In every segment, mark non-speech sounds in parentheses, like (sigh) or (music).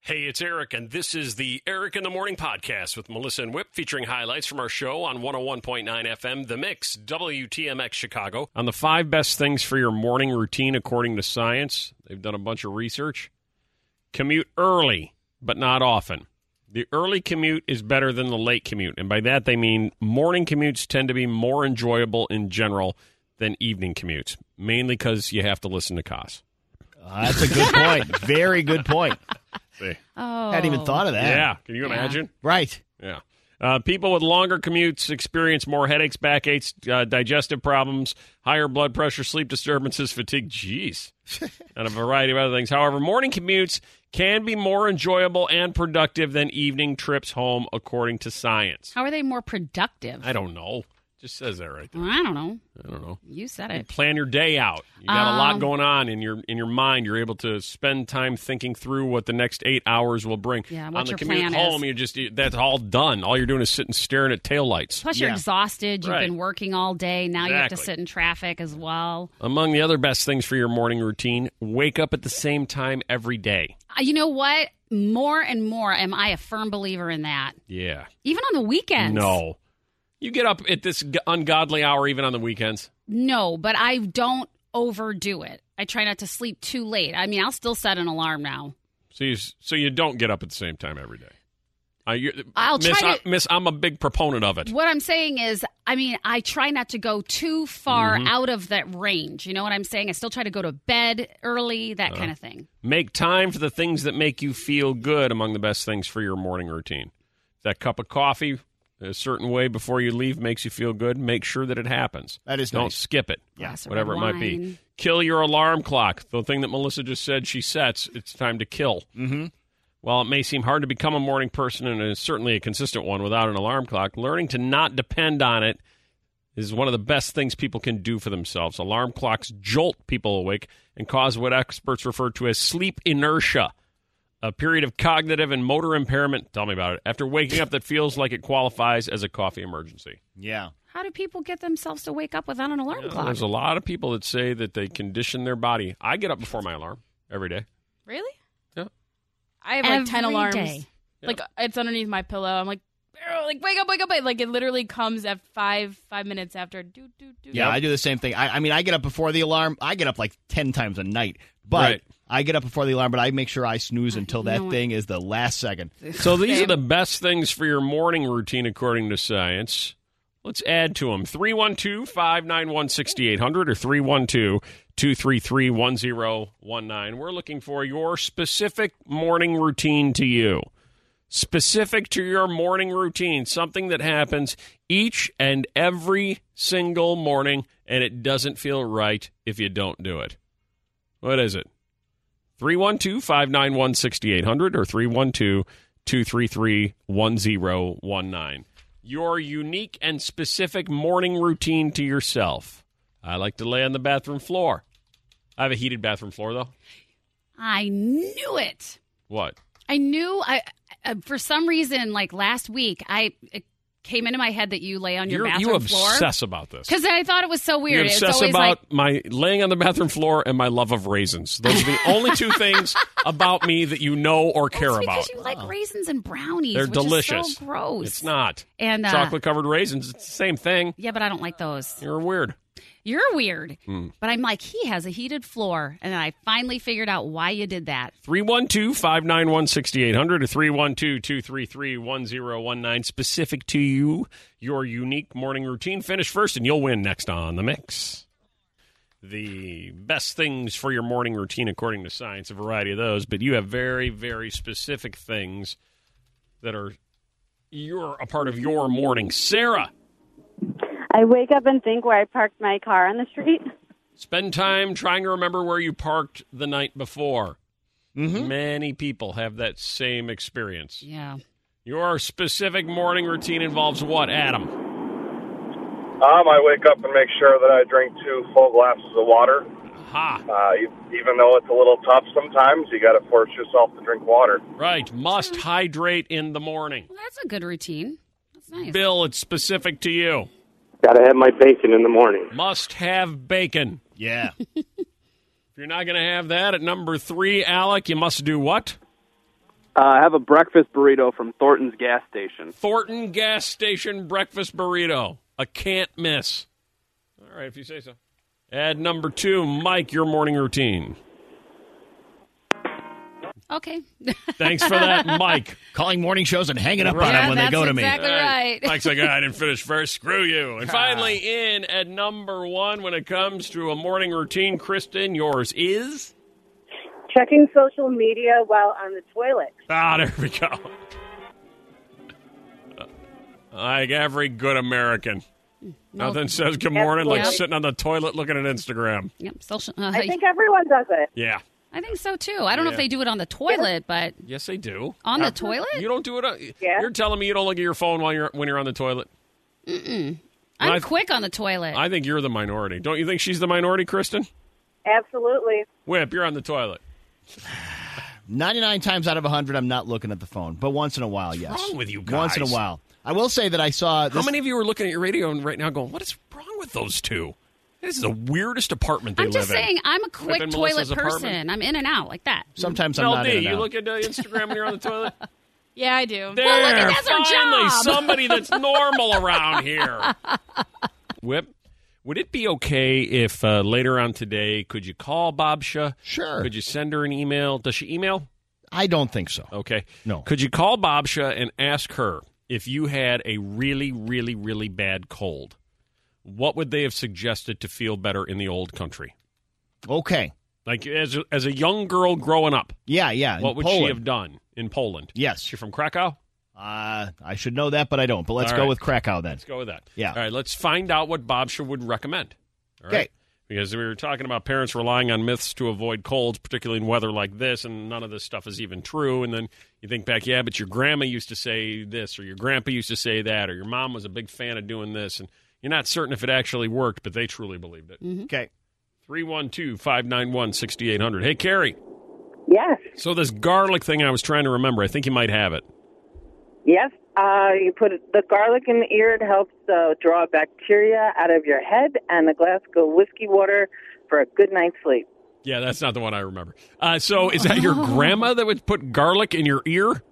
Hey, it's Eric, and this is the Eric in the Morning podcast with Melissa and Whip, featuring highlights from our show on 101.9 FM, The Mix, WTMX Chicago, on the five best things for your morning routine according to science. They've done a bunch of research. Commute early, but not often. The early commute is better than the late commute, and by that they mean morning commutes tend to be more enjoyable in general than evening commutes, mainly because you have to listen to Cos. That's a good point. Very good (laughs) point. Oh. Hadn't even thought of that. Yeah, can you Yeah. imagine? Right. Yeah. Uh, people with longer commutes experience more headaches, backaches, uh, digestive problems, higher blood pressure, sleep disturbances, (laughs) fatigue, jeez, and a variety of other things. However, morning commutes can be more enjoyable and productive than evening trips home, according to science. How are they more productive? I don't know. Just says that right there. I don't know. I don't know. You said You it. plan your day out. You got a lot Um, going on in your in your mind. You're able to spend time thinking through what the next eight hours will bring. Yeah, what On the your commute plan is. home, you just you- that's all done. All you're doing is sitting staring at taillights. Plus, you're Yeah. exhausted. You've Right. been working all day. Now you have to Exactly. sit in traffic as well. Among the other best things for your morning routine, wake up at the same time every day. Uh, You know what? More and more am I a firm believer in that. Yeah. Even on the weekends. No. You get up at this g- ungodly hour even on the weekends. No, but I don't overdo it. I try not to sleep too late. I mean, I'll still set an alarm now. So you, s- so you don't get up at the same time every day. I, you, I'll miss, try to- I, miss, I'm a big proponent of it. What I'm saying is, I mean, I try not to go too far Mm-hmm. out of that range. You know what I'm saying? I still try to go to bed early, that Uh-huh. kind of thing. Make time for the things that make you feel good among the best things for your morning routine. That cup of coffee a certain way before you leave makes you feel good. Make sure that it happens. That is Don't nice. skip it. Glass of Whatever it red might be. wine. Kill your alarm clock. The thing that Melissa just said she sets, it's time to kill. Mm-hmm. While it may seem hard to become a morning person and is certainly a consistent one without an alarm clock, learning to not depend on it is one of the best things people can do for themselves. Alarm clocks jolt people awake and cause what experts refer to as sleep inertia, a period of cognitive and motor impairment. Tell me about it. After waking up, that feels like it qualifies as a coffee emergency. Yeah. How do people get themselves to wake up without an alarm Yeah, clock? There's a lot of people that say that they condition their body. I get up before my alarm every day. Really? Yeah. I have like ten Every alarms. day. Like it's underneath my pillow. I'm like, "Arr, like wake up, wake up! Like it literally comes at five five minutes after. Do do do. Yeah, I do the same thing. I, I mean, I get up before the alarm. I get up like 10 times a night, but Right. I get up before the alarm, but I make sure I snooze until that know what? thing is the last (laughs) second. So these are the best things for your morning routine, according to science. Let's add to them 312 591 6800 or 312 233 1019. We're looking for your specific morning routine to you. Specific to your morning routine, something that happens each and every single morning, and it doesn't feel right if you don't do it. What is it? 312 591 6800 or 312 233 1019. Your unique and specific morning routine to yourself. I like to lay on the bathroom floor. I have a heated bathroom floor, though. I knew it. What? I knew I, I for some reason like last week I it came into my head that you lay on your You're- bathroom you floor obsess about this. because I thought it was so You weird. It's obsess always about like my laying on the bathroom floor and my love of raisins. (laughs) Those are the only two things about me that you know or care That's about. because you like raisins and brownies. They're which delicious. Is so gross. It's not. And uh, Chocolate covered raisins, it's the same thing. Yeah, but I don't like those. You're weird. You're weird. Hmm. But I'm like, he has a heated floor. And then I finally figured out why you did that. 312 591 6800 or 312 233 1019. Specific to you, your unique morning routine. Finish first and you'll win next on The Mix. The best things for your morning routine, according to science, a variety of those, but you have very, very specific things that are you're a part of your morning. Sarah, I wake up and think where I parked my car on the street. spend time trying to remember where you parked the night before. Many people have that same experience. Yeah. Your specific morning routine involves what, Adam? Um, I wake up and make sure that I drink two full glasses of water. Ha. Uh, e- even though it's a little tough sometimes, you got to force yourself to drink water. Right. Must hydrate in the morning. Well, that's a good routine. That's nice. Bill, it's specific to you. Got to have my bacon in the morning. Must have bacon. Yeah. If you're not going to have that at number three, Alec, you must do what? Uh, have a breakfast burrito from Thornton's gas station. Thornton gas station breakfast burrito. A can't miss. All right, if you say so. At number two, Mike, your morning routine. Okay. Thanks for that, Mike. Calling morning shows and hanging up on Yeah, them when they that's go to me. exactly right. (laughs) Mike's like, "Ah, I didn't finish first. Screw you. And finally, in at number one, when it comes to a morning routine, Kristen, yours is. Checking social media while on the toilet. Ah, there we go. Like every good American. Nothing says good morning like Yep. sitting on the toilet looking at Instagram. Yep. Social. Uh, I think everyone does it. Yeah. I think so too. I don't know Yeah. if they do it on the toilet, but Yes, they do. on the toilet, You don't do it. On, Yeah. You're telling me you don't look at your phone while you're when you're on the toilet. I'm I've- quick on the toilet. I think you're the minority. Don't you think she's the minority, Kristen? Absolutely. Whip, you're on the toilet. 99 times out of 100, I'm not looking at the phone, but once in a while, yes. wrong with you Once in a guys? while. I will say that I saw. This, How many of you are looking at your radio and right now going, "What is wrong with those two? This is the weirdest apartment they I'm live just in." saying, I'm a quick in toilet Melissa's apartment. person. I'm in and out like that. Sometimes I'm Mel not D, in and you out. look at uh, Instagram when you're on the (laughs) toilet. Yeah, I do. There, Well, look at that's our finally, job. (laughs) somebody that's normal around here. Whip, would it be okay if uh, later on today, could you call Bobsha? Sure. Could you send her an email? Does she email? I don't think so. Okay. No. Could you call Bobsha and ask her if you had a really, really, really bad cold? What would they have suggested to feel better in the old country? Oh. Okay. Like as a, as a young girl growing up, Yeah, yeah. in what would she Poland. have done in Poland? Yes. She from Krakow? Uh, I should know that, but I don't. But let's All go right. with Krakow then. Let's go with that. Yeah. All right, let's find out what Bobsha would recommend. All right. Okay. Because we were talking about parents relying on myths to avoid colds, particularly in weather like this, and none of this stuff is even true. And then you think back, yeah, but your grandma used to say this, or your grandpa used to say that, or your mom was a big fan of doing this, and you're not certain if it actually worked, but they truly believed it. Okay. 312 591 6800. Hey, Carrie. Yes. So, this garlic thing I was trying to remember, I think you might have it. Yes. Uh, you put the garlic in the ear. It helps uh, draw bacteria out of your head and the Glasgow whiskey water for a good night's sleep. Yeah, that's not the one I remember. Uh, so, (laughs) is that your grandma that would put garlic in your ear?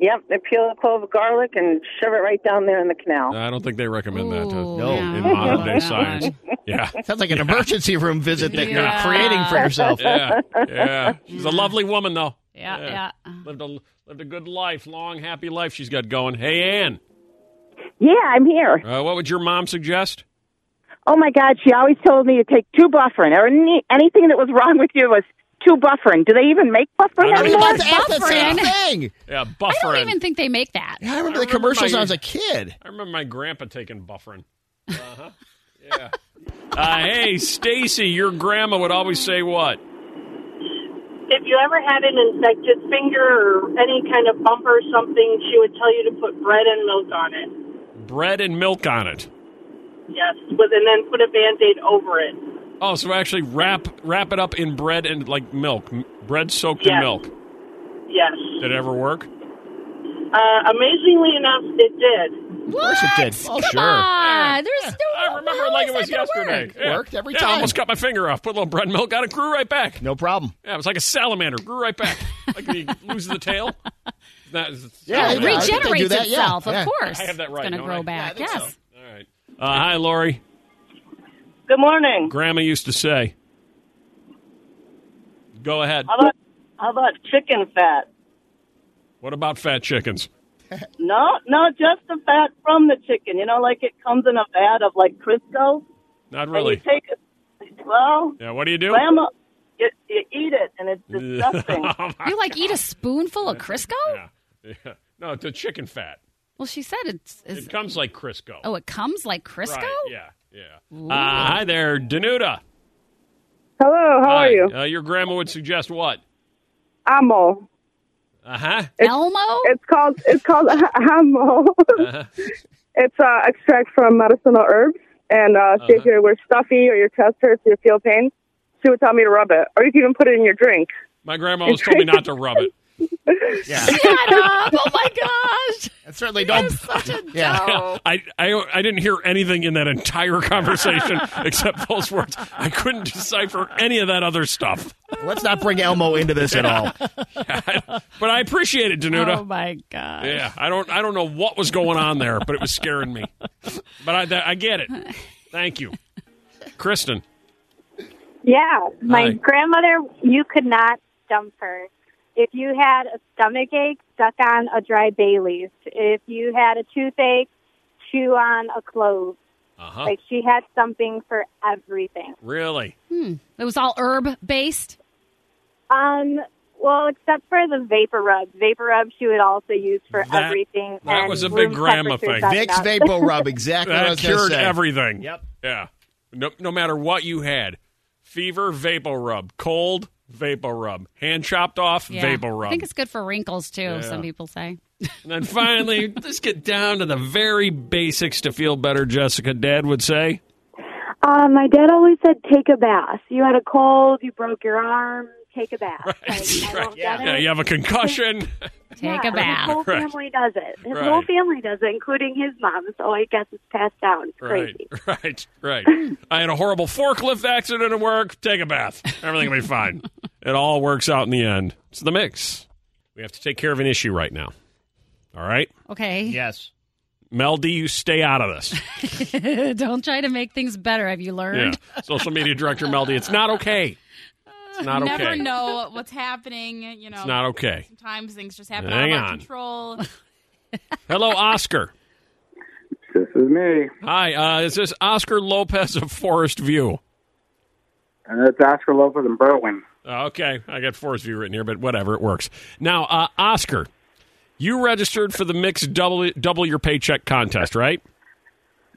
Yep. They peel a clove of garlic and shove it right down there in the canal. Uh, I don't think they recommend that. Ooh, To, No, yeah. in no, modern no, (laughs) day no. science. Yeah. Sounds like an emergency room visit that Yeah. you're creating for yourself. Yeah. Yeah. She's a lovely woman, though. Yeah, Yeah. yeah. Lived a lived a good life, long, happy life she's got going. Hey, Ann, Yeah, I'm here. uh, what would your mom suggest? Oh my God, she always told me to take two bufferin. Or any, anything that was wrong with you was two bufferin. Do they even make bufferin I don't I was anymore? about to ask that same thing. Yeah, I don't buffering. even think they make that. Yeah, I remember I the commercials remember when my- I was a kid. I remember my grandpa taking buffering. Uh-huh. Yeah. uh, hey, Stacy, your grandma would always say what? If you ever had an infected finger or any kind of bump or something, she would tell you to put bread and milk on it. Bread and milk on it. Yes, with, and then put a band-aid over it. Oh, so actually wrap wrap it up in bread and like milk, M- bread soaked in Yes. milk. Yes. Did it ever work? Uh, amazingly enough, it did. Of course it did. Oh, Come sure. on. Ah, There's no. I remember how it like is it was that gonna yesterday. work? It worked every Yeah, time. I almost cut my finger off. Put a little bread and milk, got it, grew right back. No problem. Yeah, it was like a salamander, grew right back. Like when you lose the tail. That is Yeah, It yeah, I salamander. think they do regenerates that, yeah, itself, yeah. of course. I have that right, It's going don't to grow I? back. yes. All right. Uh, hi, Lori. Good morning. Grandma used to say. Go ahead. How about how about chicken fat? What about fat chickens? No, no, just the fat from the chicken. You know, like it comes in a vat of like Crisco. Not And you really. take it. Well, Yeah, what do you do? grandma, you, you eat it, and it's (laughs) disgusting. Oh, You like eat a spoonful of Crisco? Yeah. (laughs) No, the chicken fat. Well, she said it's. it's It comes like Crisco. oh, it comes like Crisco. Right, yeah, yeah. Uh, hi there, Danuta. Hello, how Hi. are you? Uh, your grandma would suggest what? Amo. Uh huh. Elmo? It's called it's called (laughs) Amo. Uh-huh. it's uh, extract from medicinal herbs, and uh, say Uh-huh. if you were stuffy or your chest hurts, you feel pain. She would tell me to rub it, or you can even put it in your drink. My grandma always told me not (laughs) to rub it. Yeah. Shut up! Oh my gosh! And certainly don't. Oh. Yeah. (laughs) I, I I didn't hear anything in that (laughs) entire conversation except those words. I couldn't decipher any of that other stuff. Let's not bring Elmo into this at all. But I appreciate it, Danuta. Oh my god. yeah, I don't I don't know what was going on there, but it was scaring me. But I that, I get it. Thank you, Kristen. Yeah, my Hi. grandmother, you could not dump her. If you had a stomach ache, suck on a dry bay leaf. If you had a toothache, chew on a clove. Uh-huh. Like she had something for everything. Really? Hmm. It was all herb based. Um, well, except for the vapor rub. Vapor rub she would also use for That- everything. That and was a big room grandma temperature thing. sucked up. (laughs) exactly That what I was gonna cured say. everything. Yep. Yeah. No, no matter what you had, fever, vapor rub, cold, vapor rub, hand chopped off, Yeah. vapor I rub. think it's good for wrinkles too. Yeah. Some people say. And (laughs) then finally, let's get down to the very basics to feel better, Jessica. Dad would say. Uh, my dad always said, "Take a bath. You had a cold. You broke your arm. Take a bath." (laughs) Like, I don't get it. Yeah, you have a concussion. Yeah, His whole (laughs) Right. family does it. His Right. whole family does it, including his mom. So I guess it's passed down. It's Right, crazy. (laughs) right, right. I had a horrible forklift accident at work. Take a bath. Everything will (laughs) be fine. It all works out in the end. It's the mix. We have to take care of an issue right now. All right? Okay. Yes. Mel D, you stay out of this. (laughs) don't try to make things better. Have you Yeah. learned? Social media director Mel D, it's not okay. It's not you okay. never know what's happening. You know, It's not okay. Sometimes things just happen Hang out of our on. (laughs) control. Hello, Oscar. This is me. Hi, uh, is this Oscar Lopez of Forest View? And it's Oscar Lopez and Berwin. Uh, Okay, I got Forest View written here, but whatever, it works. Now, uh, Oscar, you registered for the Mix Double Double Your Paycheck contest, right?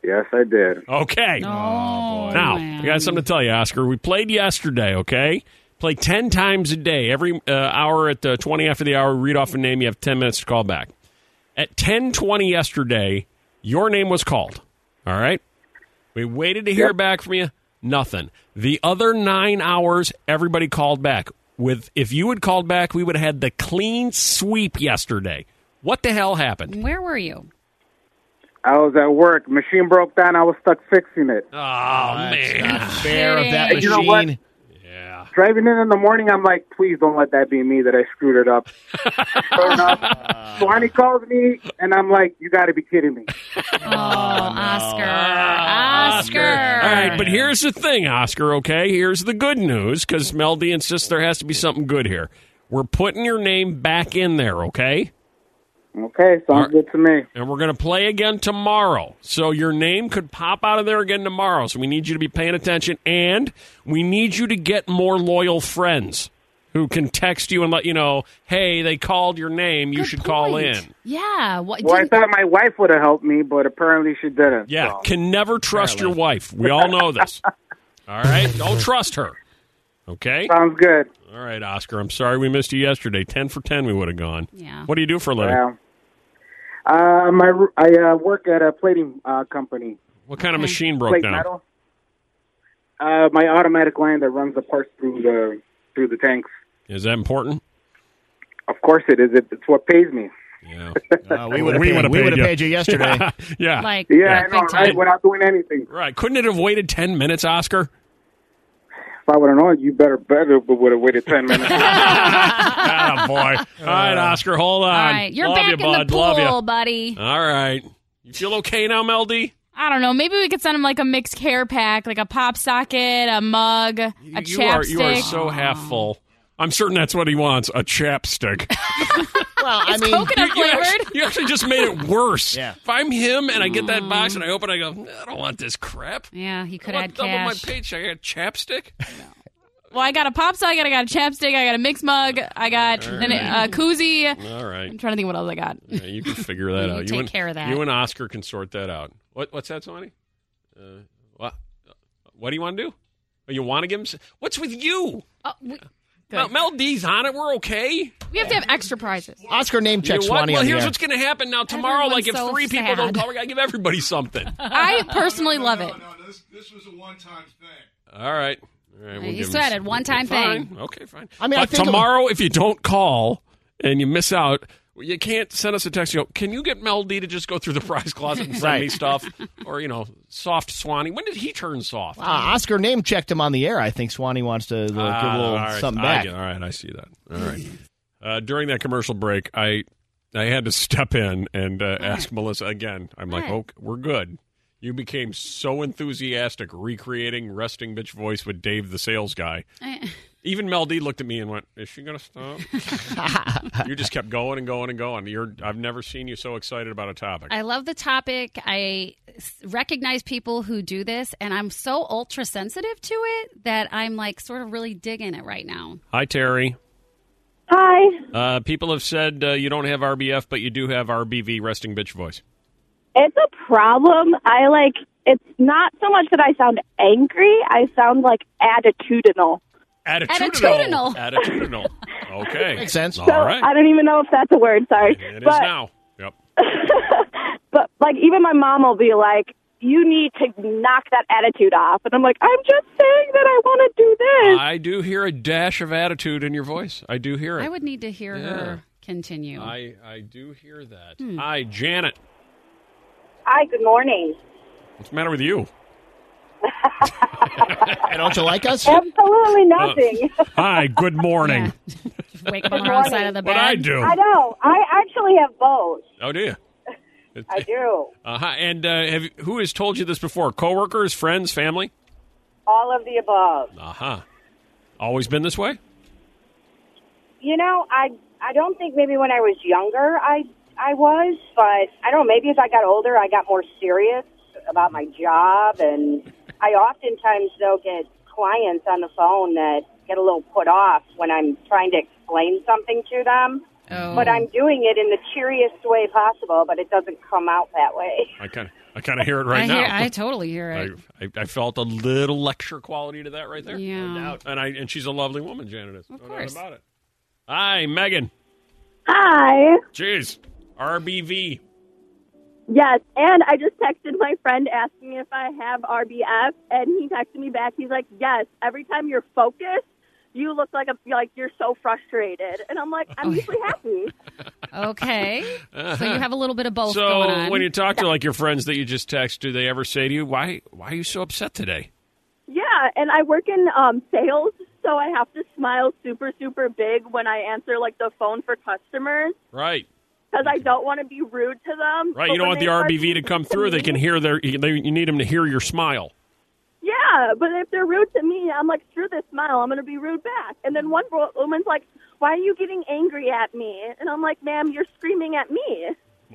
Yes, I did. Okay. Ah, now, I got something to tell you, Oscar. We played yesterday, okay? Play 10 times a day. Every uh, hour at uh, 20 after the hour, read off a name. You have 10 minutes to call back. At 10.20 yesterday, your name was called, all right? We waited to hear back from you. Nothing. The other nine hours, everybody called back. With If you had called back, we would have had the clean sweep yesterday. What the hell happened? Where were you? I was at work. Machine broke down. I was stuck fixing it. Oh, man. fair of that And you know what? machine. Driving in in the morning, I'm like, please don't let that be me that I screwed it up. Sure enough, Swanee calls me, and I'm like, you got to be kidding me. Oh, Oh, Oscar. Oscar. All right, but here's the thing, Oscar, okay? Here's the good news because Mel D insists there has to be something good here. We're putting your name back in there, okay? Okay, sounds good to me. And we're going to play again tomorrow. So your name could pop out of there again tomorrow. So we need you to be paying attention and we need you to get more loyal friends who can text you and let you know, hey, they called your name. You should call in. Yeah. What, Well, I didn't- thought my wife would have helped me, but apparently she didn't. Yeah, so. can never trust your wife. We all know (laughs) this. all right, don't trust her. Okay. Sounds good. All right, Oscar. I'm sorry we missed you yesterday. Ten for ten, we would have gone. Yeah. What do you do for a living? Wow. Uh, my I uh, work at a plating uh, company. What kind of machine broke Plate down? metal. Uh, my automatic line that runs the parts through the through the tanks. Is that important? Of course it is. It, it's what pays me. Yeah. (laughs) Uh, we would've paid- would've we would've paid (laughs) you (laughs) yesterday. yeah. Like, yeah, I know, right? Without doing anything. Right. Couldn't it have waited ten minutes, (laughs) Oscar? If I would have known, you better better but would have waited ten minutes. Ah, boy. All (laughs) right, Oscar. Hold on. All right. You're Love back you, in the bud. Love you. pool, buddy. All right. You feel okay now, Meldy? I don't know. Maybe we could send him like a mixed care pack, like a pop socket, a mug, a You are chapstick. you are so half full. I'm certain that's what he wants, (laughs) a chapstick. Well, I mean, coconut (laughs) You actually, you actually just made it worse. (laughs) Yeah. If I'm him and I get that Mm. box and I open it, I go, I don't want this crap. Yeah, he could I add want double my cash. paycheck. I got chapstick. Well, I got a pop socket, I got a chapstick, I got a mixed mug, I got All an, right. a koozie. All right. I'm trying to think what else I got. Yeah, you can figure (laughs) that You out. take and, care of that. You and Oscar can sort that out. What, what's that, Sony? Uh, what, what do you want to do? Oh, You want to give him? s- What's with you? Oh, we, Mel, Mel D's on it. We're okay. we have to have extra prizes. Oscar name check You know what? Swanee Well, on the here's air. what's going to happen now. Tomorrow, Everyone's like if so three people sad. don't call, we got to give everybody (laughs) something. I personally love it. All right. All right. We'll he give him said s- it one time Fine. thing. Okay, fine. I mean, I But think it- tomorrow, if you don't call and you miss out, you can't send us a text. You go, can you get Mel D to just go through the prize closet and send (laughs) Right. me stuff? Or, you know, soft Swanee. When did he turn soft? Ah, Oscar name checked him on the air. I think Swanee wants to uh, give Ah, a little all right. something I back. get- all right, I see that. All right. Uh, during that commercial break, I I had to (laughs) step in and uh, ask Melissa again. I'm like, What? "Okay, we're good." You became so enthusiastic recreating resting bitch voice with Dave the sales guy. Eh. Even Mel D looked at me and went, "Is she going to stop?" you just kept going and going and going. You're I've never seen you so excited about a topic. I love the topic. I s- recognize people who do this, and I'm so ultra sensitive to it that I'm like sort of really digging it right now. Hi Terry. Hi. Uh, people have said uh, you don't have RBF, but you do have RBV resting bitch voice. It's a problem. I like it's not so much that I sound angry, I sound like attitudinal. Attitudinal. Attitudinal. Okay. Makes sense. All so right. Oh, I don't even know if that's a word, sorry. It is but now. Yep. but like even my mom will be like you need to knock that attitude off and I'm like I'm just saying that I want to do this. I do hear a dash of attitude in your voice. I do hear it. I would need to hear her continue. I, I do hear that. Hmm. Hi, Janet. Hi, good morning. What's the matter with you? don't you (laughs) like us? Absolutely nothing. (laughs) Hi, good morning. Just wake up on the wrong side of the bed. What'd I (laughs) do? I know. I actually have both. Oh, do you? I do. Uh, hi, and uh, have, you- who has told you this before? Coworkers, friends, family? All of the above. Uh-huh. Always been this way? You know, I I don't think maybe when I was younger I I was, but I don't know, maybe as I got older I got more serious about my job and I oftentimes though get clients on the phone that get a little put off when I'm trying to explain something to them. Oh. But I'm doing it in the cheeriest way possible, but it doesn't come out that way. I kind of I kind of hear it right I now. hear- I totally hear it. (laughs) I, I, I felt a little lecture quality to that right there. Yeah. No doubt. And I and she's a lovely woman, Janet is. Of course. about it. Hi, Megan. Hi. Jeez. RBV. Yes, and I just texted my friend asking if I have RBF, and he texted me back. He's like, "Yes. Every time you're focused, you look like a like you're so frustrated." And I'm like, Oh, "I'm usually happy." Okay. So Uh-huh. you have a little bit of both so going on. when you talk to like your friends that you just text, do they ever say to you, "Why why are you so upset today?" Yeah, and I work in um, sales, so I have to smile super super big when I answer like the phone for customers Right. because I don't want to be rude to them. But Right. you don't when want they the start- RBV to come through. They can hear their you- they, you need them to hear your smile. Yeah, but if they're rude to me, I'm like, screw this smile. I'm going to be rude back. And then one wo- woman's like, why are you getting angry at me? And I'm like, ma'am, you're screaming at me.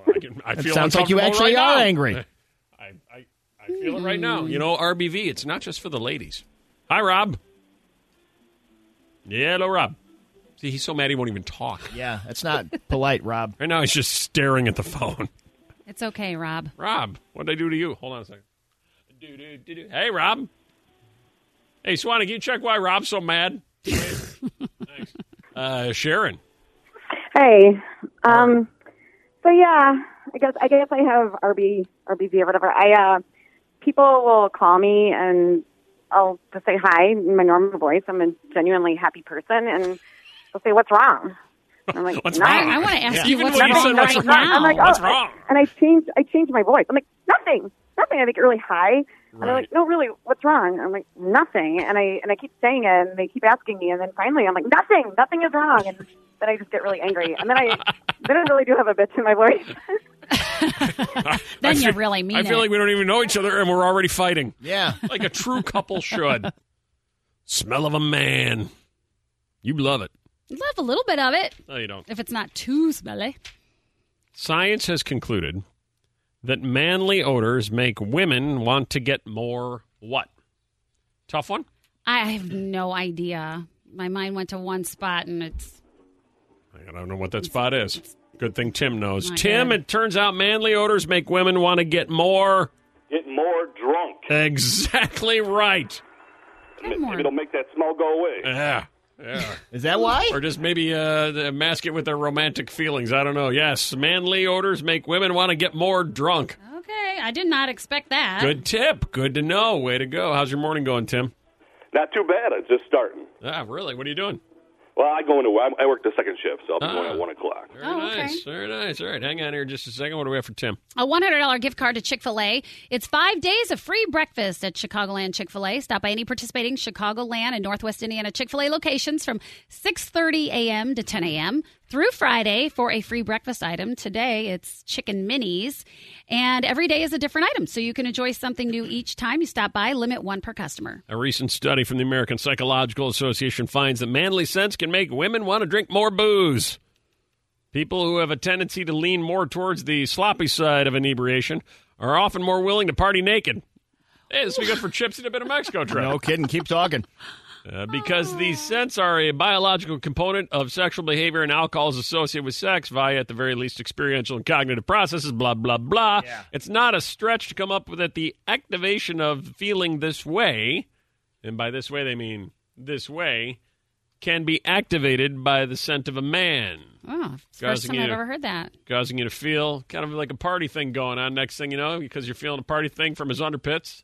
I, can, I It feel sounds like you uncomfortable actually right are now. (laughs) angry. I, I, I Hmm. feel it right now. You know, RBV, it's not just for the ladies. Hi, Rob. Yeah, hello, Rob. See, he's so mad he won't even talk. Yeah, that's not polite, Rob. Right now, he's just staring at the phone. (laughs) it's okay, Rob. Rob, what did I do to you? Hold on a second. Do, do, do, do. Hey, Rob. Hey, Swanee, can you check why Rob's so mad? Thanks. Uh, Sharon. Hey. Uh-huh. Um, so yeah, I guess I guess I have RB RBV or whatever. I uh, people will call me and I'll just say hi in my normal voice. I'm a genuinely happy person, and they'll say, "What's wrong?" And I'm like, (laughs) What's "Nothing." wrong? I wanna ask Yeah. you what's Nothing, wrong nothing, right nothing. I'm now. like, oh, What's wrong? And I changed I changed my voice. I'm like, "Nothing, nothing." I make it really high. And they're Right. like, no, really, what's wrong? I'm like, nothing. And I and I keep saying it, and they keep asking me, and then finally, I'm like, nothing, nothing (laughs) is wrong. And then I just get really angry, and then I then I really do have a bitch in my voice. Then you really mean I feel it. like we don't even know each other and we're already fighting. Yeah. Like a true couple should. Smell of a man. You love it. Love a little bit of it No, you don't. if it's not too smelly. Science has concluded that manly odors make women want to get more what? Tough one? I have no idea. My mind went to one spot and it's I don't know what that spot is. Good thing Tim knows. My Tim, God. it turns out manly odors make women want to get more. Get more drunk. Exactly right. Maybe it'll make that smell go away. Yeah. Yeah. Is that why? Or just maybe uh, the- mask it with their romantic feelings. I don't know. Yes, manly odors make women want to get more drunk. okay. I did not expect that. Good tip. Good to know. Way to go. How's your morning going, Tim? Not too bad. It's just starting. Ah, really? What are you doing? Well, I go into I I work the second shift, so I'll be Ah. going at one o'clock. Very nice. Very nice. All right, hang on here just a second. What do we have for Tim? A $100 gift card to Chick fil A. It's five days of free breakfast at Chicagoland Chick fil A. Stop by any participating Chicagoland and Northwest Indiana Chick fil A locations from 6.30 a.m. to 10 a.m. through Friday for a free breakfast item. Today it's chicken minis, and every day is a different item, so you can enjoy something new each time you stop by. Limit one per customer. A recent study from the American Psychological Association finds that manly scents can make women want to drink more booze. People who have a tendency to lean more towards the sloppy side of inebriation are often more willing to party naked. Hey, this would be good for chips and a bit of Mexico trip. No kidding. Keep talking. Uh, because these scents are a biological component of sexual behavior and alcohol is associated with sex via, at the very least, experiential and cognitive processes, blah, blah, blah. It's not a stretch to come up with that the activation of feeling this way, and by this way they mean this way, can be activated by the scent of a man, Oh, it's the Guys, first you time need I've to- ever heard that. causing you to feel kind of like a party thing going on. Next thing you know, because you're feeling a party thing from his underpits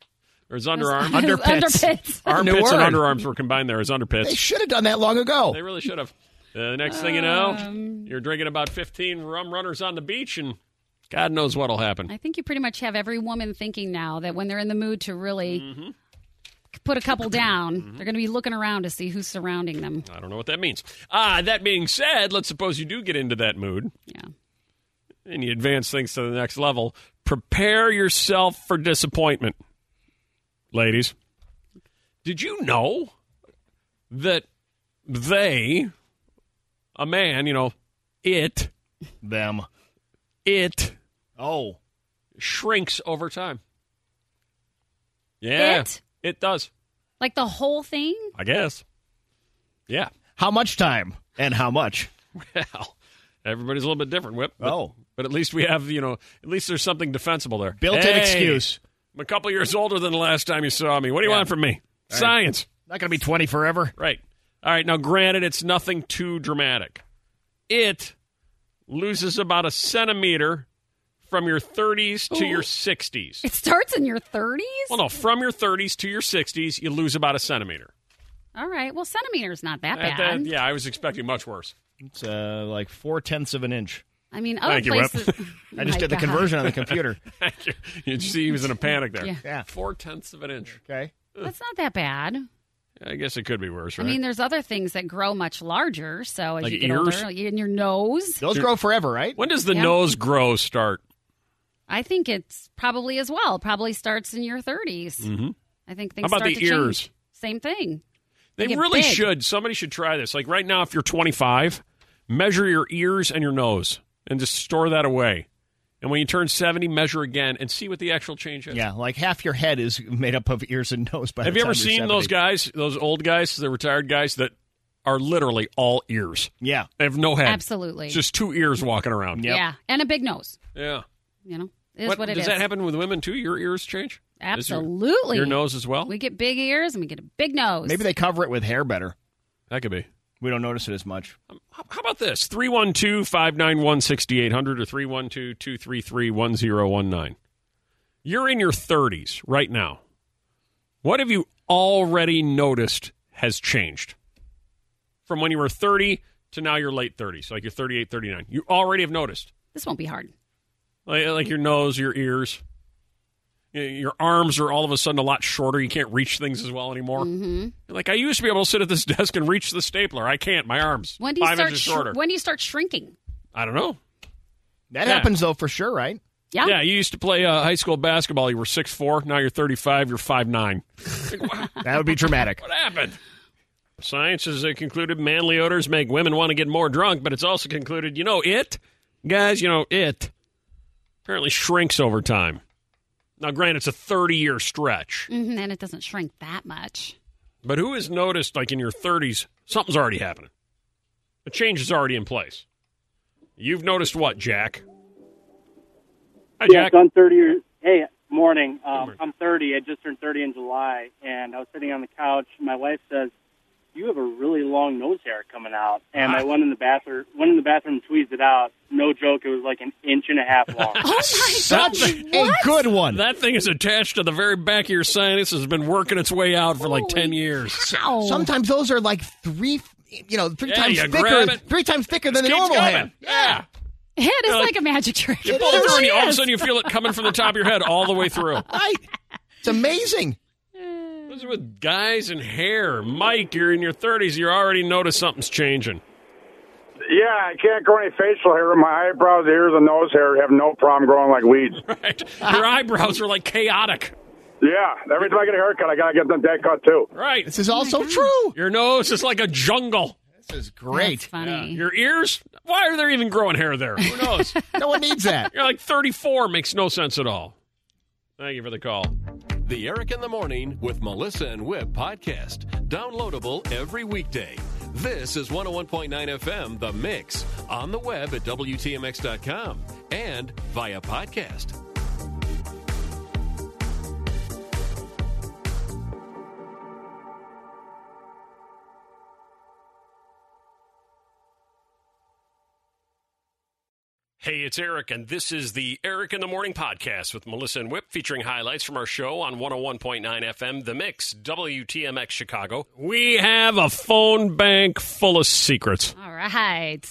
or his underarm. (laughs) Underpits. Underpits. New Armpits and word. underarms were combined there as underpits. They should have done that long ago. They really should have. Uh, the next thing you know, Um, you're drinking about 15 rum runners on the beach, and God knows what'll happen. I think you pretty much have every woman thinking now that when they're in the mood to really Mm-hmm. put a couple down, they're going to be looking around to see who's surrounding them. I don't know what that means. Ah, that being said, let's suppose you do get into that mood. Yeah. And you advance things to the next level. Prepare yourself for disappointment, ladies. Did you know that they, a man, you know, it, them, it, oh, shrinks over time? Yeah, It? it does. Like the whole thing? I guess. Yeah. (laughs) How much time and how much? Well, everybody's a little bit different, Whip. But, Oh. But at least we have, you know, at least there's something defensible there. Built-in Hey, excuse. I'm a couple years older than the last time you saw me. What do you want from me? All right. Science. Not going to be 20 forever. Right. All right. Now, granted, it's nothing too dramatic. It loses about a centimeter from your 30s to Ooh. your 60s. It starts in your 30s? Well, no, from your 30s to your 60s, you lose about a centimeter. All right. Well, centimeter's not that That- bad. that- yeah, I was expecting much worse. (laughs) It's uh, like four tenths of an inch. I mean, other Thank you, Whip. (laughs) places. I just My did the God. conversion on the computer. Thank you. You see, he was in a panic there. Yeah. Four tenths of an inch. Okay. That's not that bad. I guess it could be worse, I right? mean, there's other things that grow much larger. So as Like you get ears? older, in your nose. Those grow forever, right? when does the Yeah. nose grow start? I think it's probably as well. Probably starts in your 30s. Mm-hmm. I think things How about start to the change. ears? Same thing. They get really big. should. Somebody should try this. Like right now, if you're 25, measure your ears and your nose and just store that away. And when you turn 70, measure again and see what the actual change is. Yeah, like half your head is made up of ears and nose. By the Have you time ever you're seen those 70. guys, those old guys, the retired guys that are literally all ears? Yeah. They have no head. Absolutely. Just two ears walking around. Yeah. And a big nose. Yeah. You know, is What- what, it is. does that happen with women too? Your ears change? Does your- Absolutely. Your, nose as well? We get big ears and we get a big nose. Maybe they cover it with hair better. That could be. Um, We don't notice it as much. How about this? 312 591 6800 or 312 233 1019. You're in your 30s right now. What have you already noticed has changed from when you were 30 to now your late 30s, like you're 38, 39? You already have noticed, This won't be hard. like, like your nose, your ears. Y- Your arms are all of a sudden a lot shorter. You can't reach things as well anymore. Mm-hmm. Like I used to be able to sit at this (laughs) desk and reach the stapler. I can't. My arms When do you five start? inches sh- shorter. when do you start shrinking? I don't know. That Yeah. happens though for sure, right? Yeah. Yeah, you used to play uh, high school basketball. You were six four. Now you're 35. You're five nine. That would (laughs) be dramatic. What happened? Science has uh, concluded manly odors make women want to get more drunk, but it's also concluded, you know, it, guys, you know, it apparently shrinks over time. Now, granted, it's a 30 year stretch, Mhm, and it doesn't shrink that much. but who has noticed, like in your 30s, something's already happening? A change is already in place. You've noticed what, Jack? Hi, Yes, Jack. I'm 30 years. Hey, morning. Um, I'm 30. I just turned 30 in July, and I was sitting on the couch. and My wife says, "You have a really long nose hair coming out." And I went in the bathroom. Went in the bathroom, tweezed it out. No joke. It was like an inch and a half long. Oh, Such a good one. That thing is attached to the very back of your sinus. Has been working its way out for like ten years. Oh. Sometimes those are like three, you know, three Yeah, times you grab thicker, it. three times thicker than Just a keeps normal going. hair. Yeah. (laughs) It is You're like- like, a magic trick. You It pull through, and really you, all of a is. sudden you feel it coming from the top of your head all the way through. Right. It's amazing. Those are with guys and hair. Mike, you're in your 30s. You already notice something's changing. (laughs) Yeah, I can't grow any facial hair. My eyebrows, ears, and nose hair have no problem growing like weeds. (laughs) Right? Your eyebrows are like chaotic. Yeah, every time I get a haircut, I gotta get them that cut too. Right. This is also true. Your nose is like a jungle. This is great. funny. Uh, Your ears? Why are there even growing hair there? Who knows? No one (laughs) needs that. You're like 34. Makes no sense at all. Thank you for the call. The Eric in the Morning with Melissa and Whip podcast. Downloadable every weekday. This is 101.9 FM, The Mix, on the web at WTMX.com and via podcast. Hey, it's Eric, and this is the Eric in the Morning podcast with Melissa and Whip, featuring highlights from our show on 101.9 FM, The Mix, WTMX Chicago. We have a phone bank full of secrets. All right.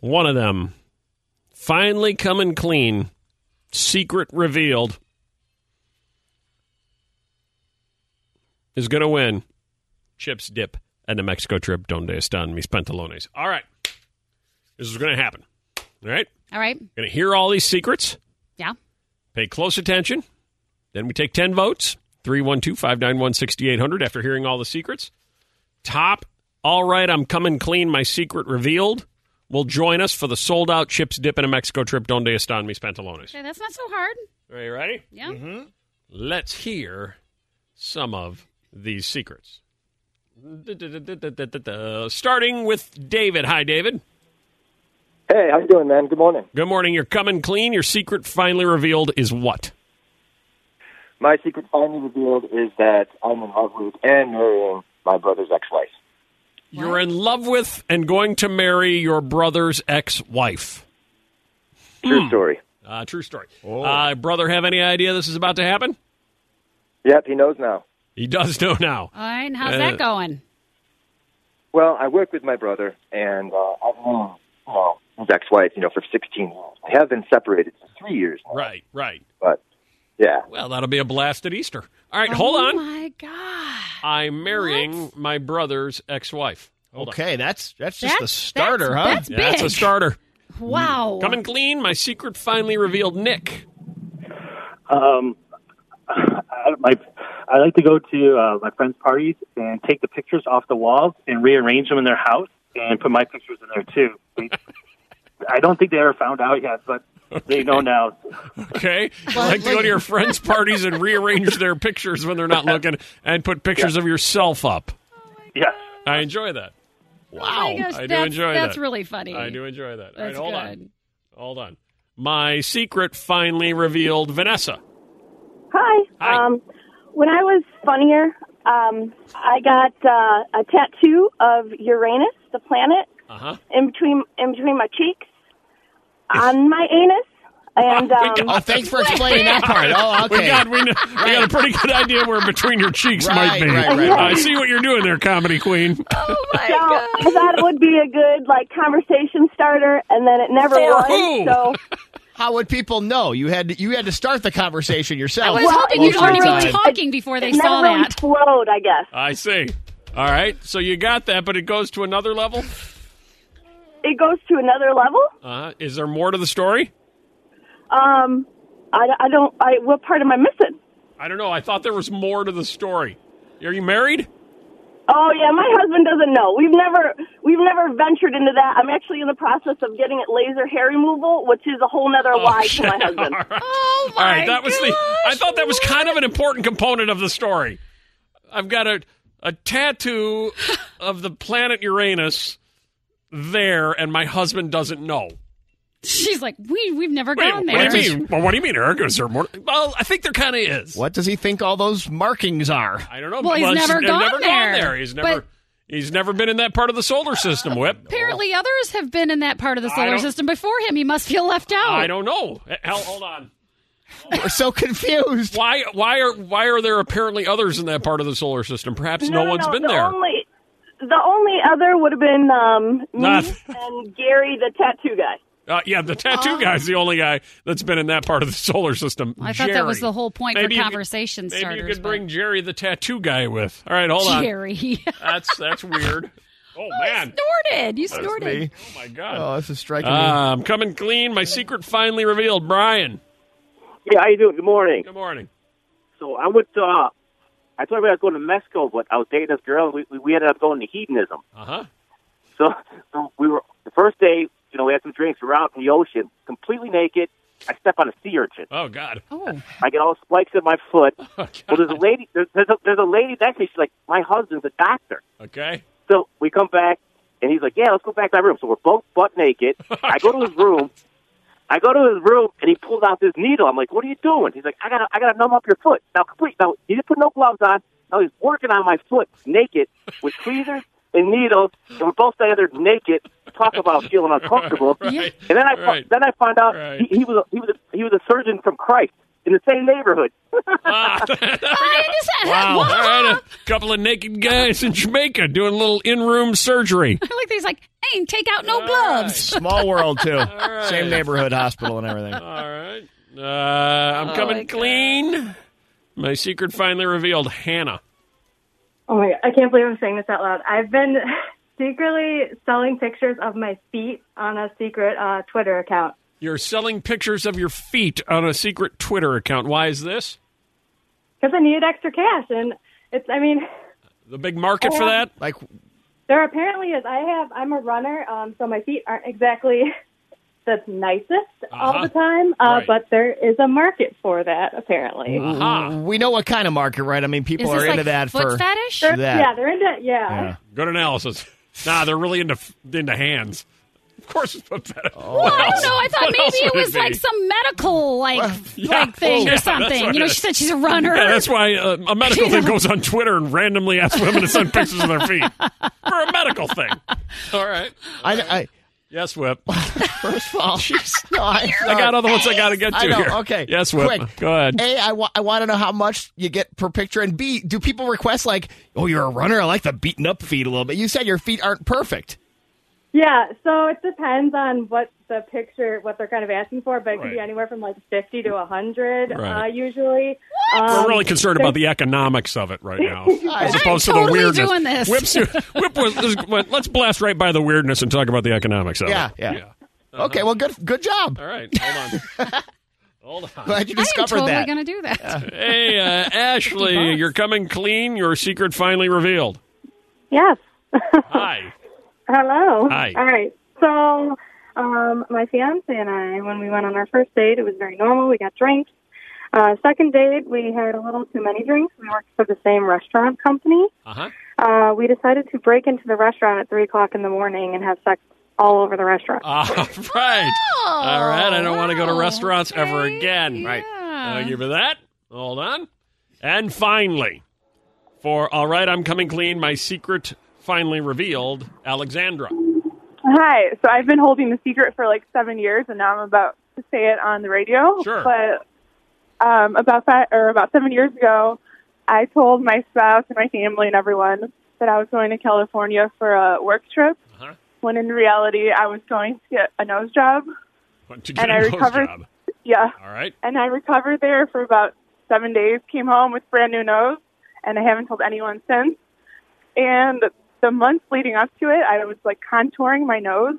One of them finally coming clean, secret revealed, is going to win Chips Dip and the Mexico trip. Donde están mis pantalones? All right. This is going to happen. All right. All right. Going to hear all these secrets. Yeah. Pay close attention. Then we take 10 votes 312 591 6800 after hearing all the secrets. Top, all right, I'm coming clean, my secret revealed, will join us for the sold out chips dip in a Mexico trip donde están mis pantalones. Okay, that's not so hard. Are you ready? Yeah. Let's hear some of these secrets. Da-da-da-da-da-da-da. Starting with David. Hi, David. Hey, how you doing, man? Good morning. Good morning. You're coming clean. Your secret finally revealed is what? My secret finally revealed is that I'm in love with and marrying my brother's ex-wife. You're in love with and going to marry your brother's ex-wife. Hmm. True story. Uh, true story. Uh, brother, have any idea this is about to happen? Yep, he knows now. He does know now. All right. And how's Uh, that going? Well, I work with my brother, and uh, I've known you know, his ex-wife, you know, for 16 years. They have been separated for three years, Right, right. but yeah. Well, that'll be a blast at Easter. All right, hold oh on. my God. I'm marrying my brother's ex-wife. Okay, that's that's just the That's- starter, that's- huh? that's Yeah, that's a big. starter. Wow. Mm, Coming clean. My secret finally revealed. Nick. Um, I, my, I like to go to uh, my friends' parties and take the pictures off the walls and rearrange them in their house and put my pictures in there too. They- (laughs) I don't think they ever found out yet, but they know now. Okay, You like to go to your friends' parties and rearrange their pictures when they're not looking, and put pictures of yourself up. Yes, I enjoy that. Wow, Oh my gosh, I do that's- enjoy that. that's really funny. I do enjoy that. All right, That's hold good. on, hold on. My secret finally revealed, Vanessa. (laughs) Hi. Um, when I was funnier, um, I got uh, a tattoo of Uranus, the planet, Uh huh. in between in between my cheeks, on my anus, (laughs) and um, Oh, thanks for explaining that part. Oh, okay. We got we, kn- we got a pretty good idea where between your cheeks might Right, be. right, right, right. I see what you're doing there, comedy queen. so I thought it would be a good like conversation starter, and then it never was. (laughs) So How would people know? You had you had to start the conversation yourself. I was Well, hoping you'd most of the already time. be Talking before they it saw never really that. flowed, I guess. I see. All right, so you got that, but it goes to another level. It goes to another level. Uh-huh. Uh, is there more to the story? Um, I, I don't. I what part am I missing? I don't know. I thought there was more to the story. Are you married? Oh yeah, my husband doesn't know. We've never we've never ventured into that. I'm actually in the process of getting it laser hair removal, which is a whole nother lie (laughs) to (laughs) my husband. Oh All right, that was the. I thought that was kind of an important component of the story. I've got a (laughs) a tattoo of the planet Uranus there, and my husband doesn't know. She's like, we we've never gone there. What do you mean? Well, what do you mean, Eric? Is there more? Well, I think there kind of is. What does he think all those markings are? I don't know. Well, he's it's- never they've gone never there. He's never. But- He's never been in that part of the solar system, Whip. (laughs) Apparently, others have been in that part of the I solar don't- system before him. He must feel left out. I don't know. Hell, hold on. We're so confused. Why? Why are? Why are there apparently others in that part of the solar system? Perhaps no, no, one's no, been the there. Only, the only other would have been um, me Nothing. and Gary, the tattoo guy. Uh, yeah, the tattoo guy's the only guy that's been in that part of the solar system. I thought that was Jerry. the whole point Maybe you for could- conversation Maybe starters. you could bring Jerry the tattoo guy with. All right, hold on. Jerry. (laughs) That's that's weird. Oh, man, snorted. You snorted. Oh my god. Oh, this is Uh, striking me. I'm coming clean. My secret finally revealed. Brian. Yeah, how you doing? Good morning. Good morning. So I went to, uh, I told everybody I was going to Mexico, but I was dating this girl. And we- we we ended up going to hedonism. (laughs) Uh huh. So, so we were the first day. You know, we had some drinks. We're out in the ocean, completely naked. I step on a sea urchin. Oh God. (laughs) Oh. I get all spikes in my foot. well, there's a lady. There's, there's, a, there's a lady next to me. She's like, my husband's a doctor. (laughs) Okay. So we come back, and he's like, "Yeah, let's go back to my room." So we're both butt naked. I go to his room. I go to his room, and he pulls out this needle. I'm like, "What are you doing?" He's like, "I gotta, I gotta numb up your foot now." Complete. Now he didn't put no gloves on. Now he's working on my foot naked with tweezers and needles, and we're both together naked. Talk about feeling uncomfortable. (laughs) Right. And then I fi- Right. then I find out Right. he, he was a, he was a, he was a surgeon from Christ in the same neighborhood. Wow. All right, a couple of naked guys in Jamaica doing a little in-room surgery. I like that he's like, I ain't take out no gloves. Small world too. right. Same neighborhood hospital and everything. All right. Uh, I'm Oh, my coming clean. My secret finally revealed. Hannah. Oh my! I can't believe I'm saying this out loud. I've been (laughs) secretly selling pictures of my feet on a secret uh, Twitter account. You're selling pictures of your feet on a secret Twitter account. Why is this? 'Cause I needed extra cash, and it's. I mean, (laughs) The big market for that? Like there apparently is. I have. I'm a runner, um, so my feet aren't exactly (laughs) the nicest all Uh-huh. the time. Uh, Right. Uh-huh. But there is a market for that apparently. We know what kind of market, right? I mean, Is people are this into like that foot for fetish? That. Yeah, they're into. yeah. Good analysis. Nah, they're really into into hands. Of course, it's pathetic. Oh. Well, I don't know. I thought What maybe else it would was like be? some medical like Yeah. like thing Yeah, or that's something. what You know, it she is. said she's a runner. Yeah, that's why uh, a (laughs) medical Yeah. thing goes on Twitter and randomly asks women to send pictures of their (laughs) feet for a medical thing. All right. I, I, yes, Whip. First of all, (laughs) no, I, I got other ones I got to get to I know, here. Okay. Yes, Whip. Quick. Go ahead. A, I, wa- I want to know how much you get per picture. And B, do people request, like, oh, you're a runner? I like the beaten up feet a little bit. You said your feet aren't perfect. Yeah, so it depends on what the picture, what they're kind of asking for, but it can be Right. anywhere from like 50 to 100 uh, Right. usually. We're Um, really concerned there's- about the economics of it right now, I as am opposed to the totally weirdness. doing this. (laughs) Whip's, Whip was, is- went, let's blast right by the weirdness and talk about the economics of Yeah, it. yeah. Uh-huh. Okay, well, good good job. All right, hold on. hold on. Glad you I am discovered totally that. gonna do that. Hey, uh, Ashley, you're coming clean. Your secret finally revealed. Yes. Hi. (laughs) Hello. Hi. All right. So, um, my fiance and I, when we went on our first date, it was very normal. We got drinks. Uh, second date, we had a little too many drinks. We worked for the same restaurant company. Uh-huh. Uh, we decided to break into the restaurant at 3 o'clock in the morning and have sex all over the restaurant. All (laughs) right. All right. I don't want to go to restaurants ever again. Right. I'll give you that. Hold on. And finally, for All Right, I'm Coming Clean, my secret finally revealed, Alexandra. Hi. So I've been holding the secret for like seven years, and now I'm about to say it on the radio. Sure. But um, about five or about seven years ago, I told my spouse and my family and everyone that I was going to California for a work trip. Uh-huh. When in reality, I was going to get a nose job. To And get I a nose recovered- job. Yeah. All right. And I recovered there for about seven days, came home with brand new nose, and I haven't told anyone since. And the months leading up to it, I was like contouring my nose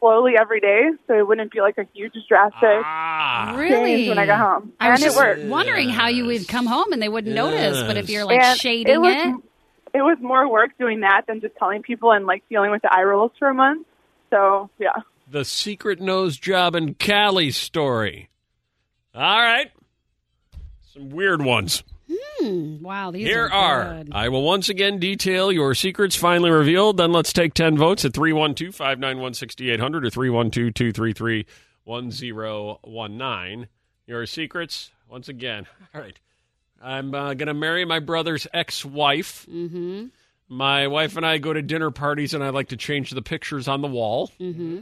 slowly every day, so it wouldn't be like a huge drastic Ah. change Ah. Really? when I got home. I was and just it worked. wondering how you would come home and they wouldn't notice. But if you're like And shading it, it, was, it was more work doing that than just telling people and like dealing with the eye rolls for a month. So yeah. The secret nose job in Cali story. All right. Some weird ones. Hmm, wow, these Here are, are. I will once again detail your secrets finally revealed. Then let's take 10 votes at 312 591 6800 or 312 233 1019. Your secrets, once again. (laughs) All right. I'm uh, going to marry my brother's ex wife. Mm-hmm. My wife and I go to dinner parties, and I like to change the pictures on the wall. Mm-hmm.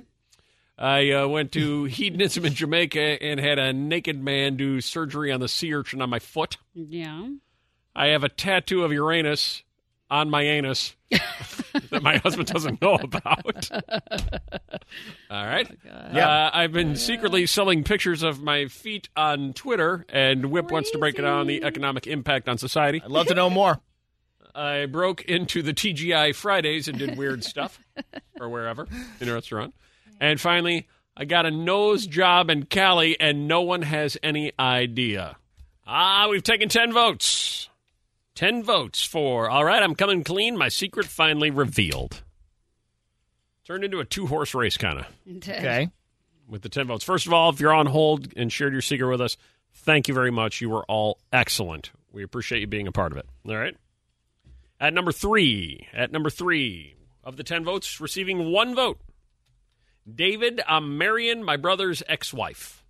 I uh, went to (laughs) hedonism in Jamaica and had a naked man do surgery on the sea urchin on my foot. Yeah. I have a tattoo of Uranus on my anus that my husband doesn't know about. (laughs) All right. Yeah. Uh, I've been secretly selling pictures of my feet on Twitter, and Whip wants to break it down the economic impact on society. I'd love to know (laughs) more. I broke into the TGI Fridays and did weird stuff, or wherever in a restaurant. And finally, I got a nose job in Cali, and no one has any idea. Ah, we've taken 10 votes. 10 votes for, all right, I'm coming clean. My secret finally revealed. Turned into a two horse race, kind of Okay. with the 10 votes. First of all, if you're on hold and shared your secret with us, thank you very much. You were all excellent. We appreciate you being a part of it. All right. At number three, at number three of the 10 votes, receiving one vote, David, I'm marrying my brother's ex wife.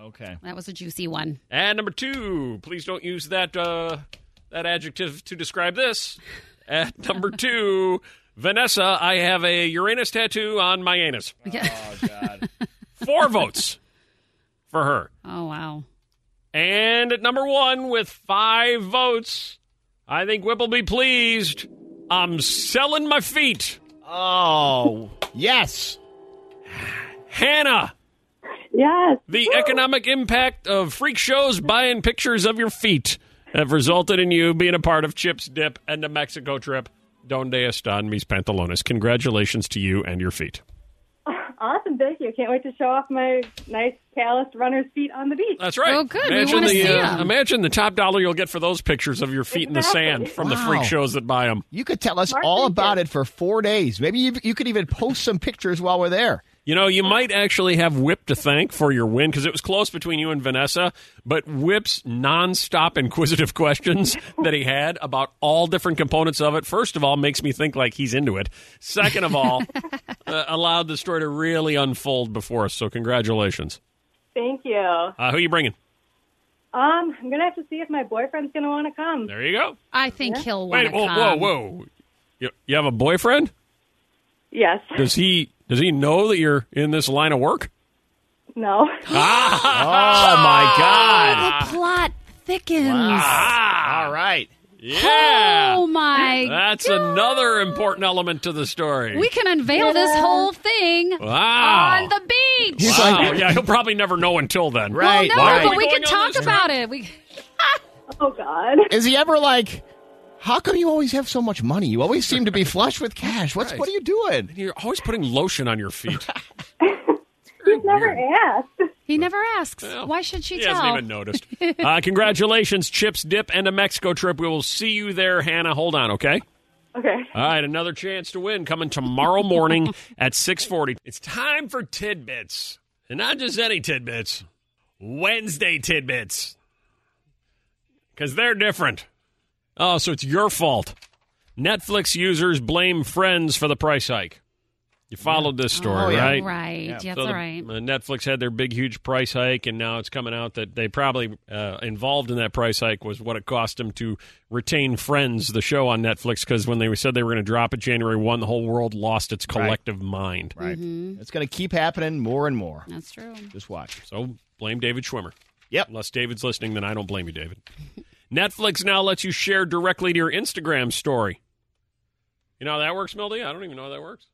Okay. That was a juicy one. (laughs) And number two, please don't use that uh, that adjective to describe this. At (laughs) number two, Vanessa, I have a Uranus tattoo on my anus. Yeah. Oh God. Four votes for her. Oh wow. And at number one, with five votes, I think Whip will be pleased. I'm selling my feet. Oh, yes. Hannah, Yes. the economic impact of freak shows buying pictures of your feet have resulted in you being a part of Chips Dip and the Mexico trip. Donde están mis pantalones? Congratulations to you and your feet. Awesome, thank you. Can't wait to show off my nice calloused runner's feet on the beach. That's right. Imagine the, uh, imagine the top dollar you'll get for those pictures of your feet in the sand from the Wow. freak shows that buy them. You could tell us all about it for four days. Maybe you, you could even post some pictures while we're there. You know, you might actually have Whip to thank for your win because it was close between you and Vanessa, but Whip's nonstop inquisitive (laughs) questions that he had about all different components of it, first of all, makes me think like he's into it. Second of all, uh, allowed the story to really unfold before us. So, congratulations. Thank you. Um, Uh, who you bringing? I'm gonna have to see if my boyfriend's gonna want to come. There you go. I think he'll want Wait, to whoa, whoa, come. whoa. You, you have a boyfriend? Yes. Does he does he know that you're in this line of work? No. (laughs) Ah, oh my god. The plot thickens. Ah, all right. Yeah. Oh my That's another important element to the story. We can unveil this whole thing Wow. on the beach. wow. yeah, he'll probably never know until then. Right. No, Why are but we going can on talk this about it. We Oh God. Is he ever like, how come you always have so much money? You always seem to be flush with cash. What's what are you doing? You're always putting lotion on your feet. He's never asked. He never asks. Why should she He tell? hasn't (laughs) even noticed. Uh, congratulations, Chips Dip and a Mexico trip. We will see you there, Hannah. Hold on, okay? Okay. All right, another chance to win coming tomorrow morning at 640. It's time for tidbits. And not just any tidbits. Wednesday tidbits. Because they're different. Oh, so it's your fault. Netflix users blame friends for the price hike. You followed this story, Oh, yeah. right? Right. Yeah. That's the- all right. uh, Netflix had their big, huge price hike, and now it's coming out that they probably uh, involved in that price hike was what it cost them to retain Friends, the show on Netflix, because when they said they were going to drop it January 1, the whole world lost its collective mind. Right. Mm-hmm. It's going to keep happening more and more. That's true. Just watch. So blame David Schwimmer. Yep. Unless David's listening, then I don't blame (laughs) you, David. Netflix now lets you share directly to your Instagram story. You know how that works, Mildy? I don't even know how that works.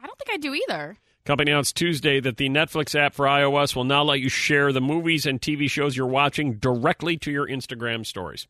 I don't think I do either. Company announced Tuesday that the Netflix app for iOS will now let you share the movies and TV shows you're watching directly to your Instagram stories.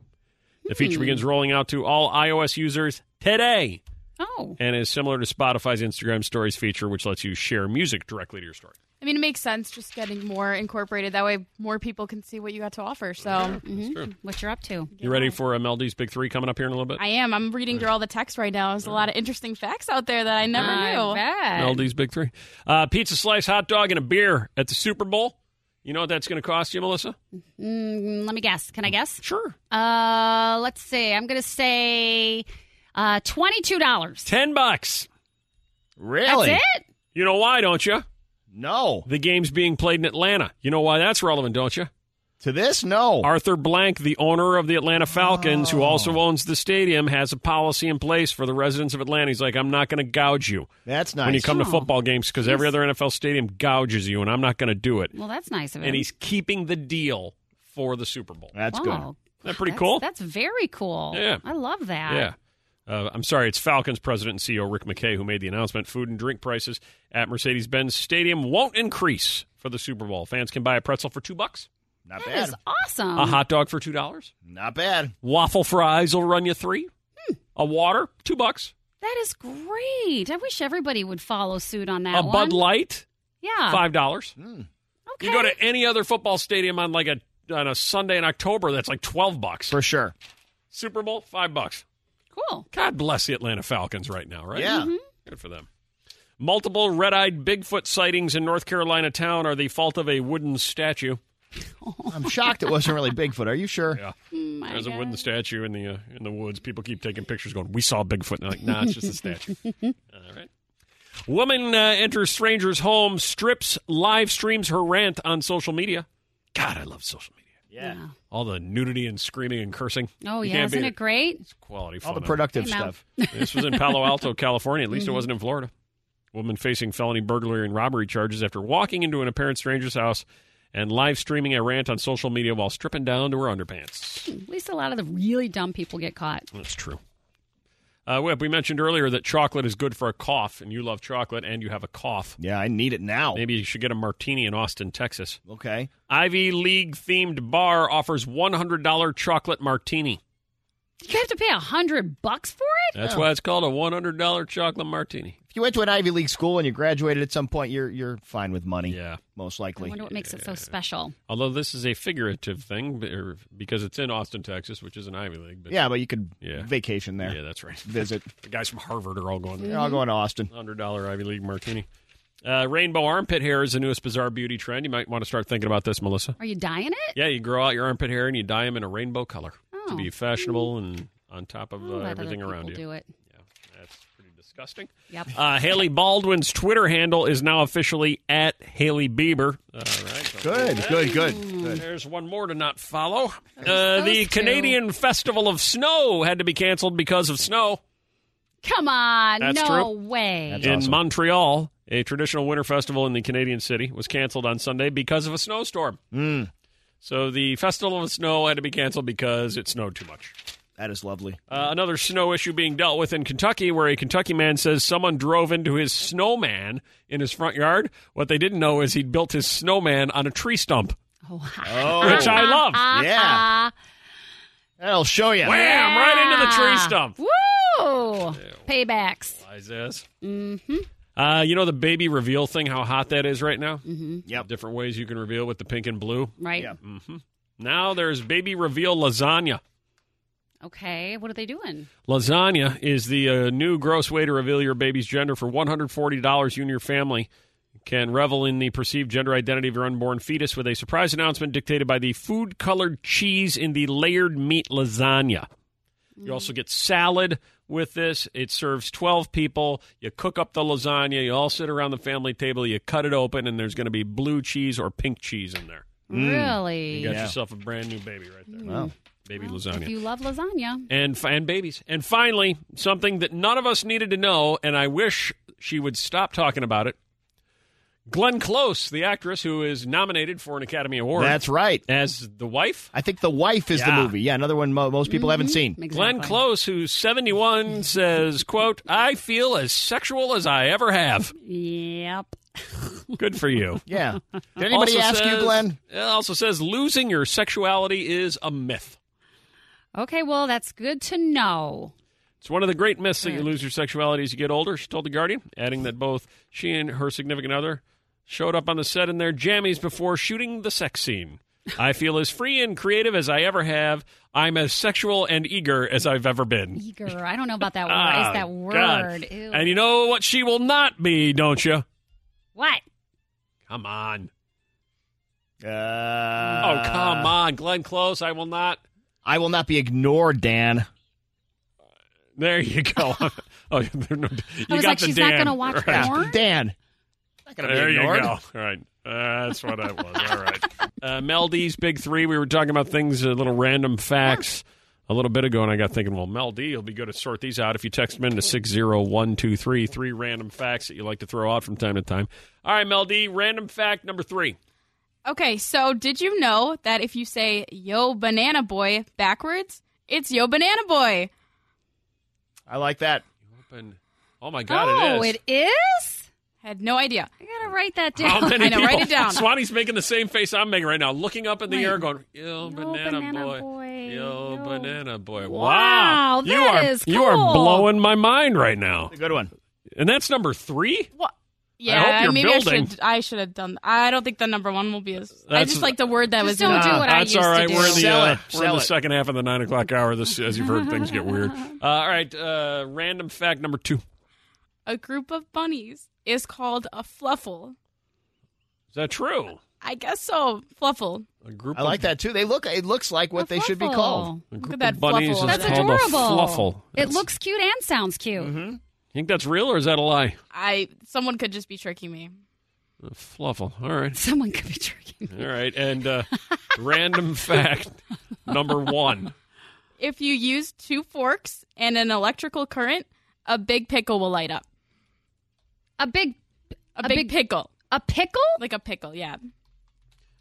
The feature Hmm. begins rolling out to all iOS users today. Oh. and is similar to Spotify's Instagram Stories feature, which lets you share music directly to your story. I mean, it makes sense just getting more incorporated. That way, more people can see what you got to offer. So, true. Mm-hmm. what you're up to. You ready for MLD's Big Three coming up here in a little bit? I am. I'm reading through all the text right now. There's a lot of interesting facts out there that I never I knew. MLD's Big Three: uh, pizza slice, hot dog, and a beer at the Super Bowl. You know what that's going to cost you, Melissa? Mm, let me guess. Can I guess? Sure. Uh, let's see. I'm going to say uh, $22. Ten bucks. Really? That's it? You know why, don't you? No. The game's being played in Atlanta. You know why that's relevant, don't you? To this, no. Arthur Blank, the owner of the Atlanta Falcons, who also owns the stadium, has a policy in place for the residents of Atlanta. He's like, I'm not going to gouge you. That's When you nice. come to Oh. football games, because every other NFL stadium gouges you, and I'm not going to do it. Well, that's nice of him. And he's keeping the deal for the Super Bowl. That's Wow. That pretty That's- cool? That's very cool. Yeah. I love that. Yeah. Uh, I'm sorry, it's Falcons president and CEO Rick McKay who made the announcement. Food and drink prices at Mercedes Benz Stadium won't increase for the Super Bowl. Fans can buy a pretzel for two bucks, Not That bad. is awesome. a hot dog for two dollars, Not bad. waffle fries will run you three, a water two bucks, That is great. I wish everybody would follow suit on that a one. Bud Light Yeah. five dollars. You go to any other football stadium on like a on a Sunday in October, that's like twelve bucks for sure. Super Bowl five bucks. Cool. God bless the Atlanta Falcons right now, right? Yeah. Mm-hmm. Mhm. Good for them. Multiple red eyed Bigfoot sightings in North Carolina town are the fault of a wooden statue. I'm shocked it (laughs) wasn't really Bigfoot. Are you sure? Yeah. There's a wooden statue in the uh, in the woods. People keep taking pictures, going, "We saw Bigfoot." And they're like, "Nah, it's just (laughs) a statue." All right. Woman uh, enters stranger's home, strips, live streams her rant on social media. God, I love social media. Yeah. All the nudity and screaming and cursing. Oh, You yeah. can't beat Isn't it great? quality All the fun. productive Hey, Mel. stuff. This was in Palo (laughs) Alto, California. At least Mhm. it wasn't in Florida. Woman facing felony burglary and robbery charges after walking into an apparent stranger's house and live streaming a rant on social media while stripping down to her underpants. At least a lot of the really dumb people get caught. That's true. Uh, Whip, we mentioned earlier that chocolate is good for a cough, and you love chocolate and you have a cough. Yeah, I need it now. Maybe you should get a martini in Austin, Texas. Okay. Ivy League themed bar offers $100 chocolate martini. You have to pay a hundred bucks for it? That's why it's called a $100 chocolate martini. If you went to an Ivy League school and you graduated at some point, you're you're fine with money. Yeah. Most I likely. wonder what makes it so special. Although this is a figurative thing b- er, because it's in Austin, Texas, which is an Ivy League. But yeah, but you could Yeah. vacation there. Yeah, that's right. Visit. (laughs) The guys from Harvard are all going there. They're all going to Austin. $100 Ivy League martini. Uh, rainbow armpit hair is the newest bizarre beauty trend. You might want to start thinking about this, Melissa. Are you dying it? Yeah, you grow out your armpit hair and you dye them in a rainbow color to Oh. be fashionable and on top of I'll let uh, Hmm. Oh, other everything around you. people Do it. That's pretty disgusting. (laughs) Yep. Uh, Haley Baldwin's Twitter handle is now officially at Haley Bieber. All right. Good, good, good, good. There's one more to not follow. Uh, the Canadian Festival of Snow had to be canceled because of snow. Come on. That's no true. way. in Montreal, a traditional winter festival in the Canadian city was canceled on Sunday because of a snowstorm. Hmm. So the Festival of Snow had to be canceled because it snowed too much. That is lovely. Uh, another snow issue being dealt with in Kentucky, where a Kentucky man says someone drove into his snowman in his front yard. What they didn't know is he'd built his snowman on a tree stump, Oh, which I love. yeah. That'll show you. Wham! Right into the tree Ah. stump. Woo! Paybacks. Lies is. Mm-hmm. Uh, you know the baby reveal thing, how hot that is right now? Mm-hmm. Yep. Different ways you can reveal with the pink and blue. Right. hmm Now there's baby reveal lasagna. Okay. What are they doing? Lasagna is the uh, new gross way to reveal your baby's gender for $140. You and your family can revel in the perceived gender identity of your unborn fetus with a surprise announcement dictated by the food colored cheese in the layered meat lasagna. You also get salad with this. It serves 12 people. You cook up the lasagna. You all sit around the family table. You cut it open, and there's going to be blue cheese or pink cheese in there. Really? Mm. You got Yeah. yourself a brand new baby right there. Wow. Baby If lasagna you love lasagna, and fi- and babies. And finally, something that none of us needed to know, and I wish she would stop talking about it. Glenn Close, the actress who is nominated for an Academy Award, That's right. As the wife? I think The Wife is Yeah. the movie. Yeah, another one mo- most people haven't seen. Glenn Close, who's 71, says, "quote I feel as sexual as I ever have." yep. Good for you. Yeah. Did anybody Also ask you, says- Glenn? It also says losing your sexuality is a myth. Okay, well, that's good to know. It's one of the great myths that you lose your sexuality as you get older, she told The Guardian, adding that both she and her significant other showed up on the set in their jammies before shooting the sex scene. I feel as free and creative as I ever have. I'm as sexual and eager as I've ever been. Eager. I don't know about that word. Ah, Is that God. word? Ew. And you know what she will not be, don't you? What? Come on. Uh, oh, come on. Glenn Close, I will not. I will not be ignored, Dan. There you go. (laughs) oh, there no, you was got like, the she's not Dan. gonna watch right. porn? Dan. gonna be there ignored. you go. All right. Uh, that's what I was. All right. (laughs) Uh, Mel D's Big Three. We were talking about things, uh, little random facts a little bit ago, and I got thinking, well, Mel D will be good to sort these out if you text them in to 60123. Three random facts that you like to throw out from time to time. All right, Mel D, random fact number three. Okay, so did you know that if you say "Yo, banana boy" backwards, it's "Yo, banana boy"? I like that. Open. Oh, my God, Oh, it is. it is. Had no idea. I gotta write that down. How many I know. people? Write it down. Swanee's making the same face I'm making right now, looking up in the Wait. air, going, "Yo, banana, banana boy. Yo, banana boy." Wow, you that are is you are cool. blowing my mind right now. Good one. And that's number three. What? I Yeah, hope you're maybe I building. should. I should have done. I don't think the number one will be as. I That's- just like the word that was. in Nah, it. That's all right. We're in the, Ah, Sell uh, it, we're in sell the it. second half of the nine o'clock hour. This, as you've heard, things get weird. Uh, all right. Uh, random fact number two. A group of bunnies is called a fluffle. Is that true? I guess so. Fluffle. A group. I like that too. They look. It looks like what they should be called. A group at that of bunnies fluffle. is That's called Adorable. a fluffle. It looks cute and sounds cute. Mm-hmm. Think that's real or is that a lie? I. Someone could just be tricking me. A fluffle. All right. Someone could be tricking. All right, and uh, (laughs) random fact number one. If you use two forks and an electrical current, a big pickle will light up. A big, a, big, pickle. A pickle? Like a pickle, yeah.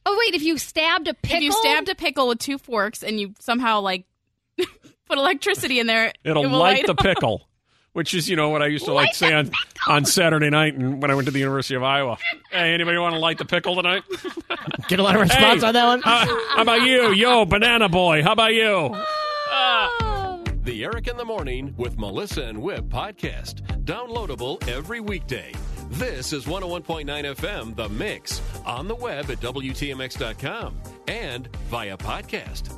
Oh wait, if you stabbed a pickle, If you stabbed a pickle with two forks and you somehow like (laughs) put electricity in there, It'll it will light the up. pickle, which is you know what I used to like say on, on Saturday night and when I went to the University of Iowa. Hey, anybody want to light the pickle tonight? Get a lot of response Hey, on that one. uh, how about you, yo, banana boy? How about you? Oh. The Eric in the Morning with Melissa and Whip podcast. Downloadable every weekday. This is 101.9 FM, The Mix, on the web at WTMX.com and via podcast.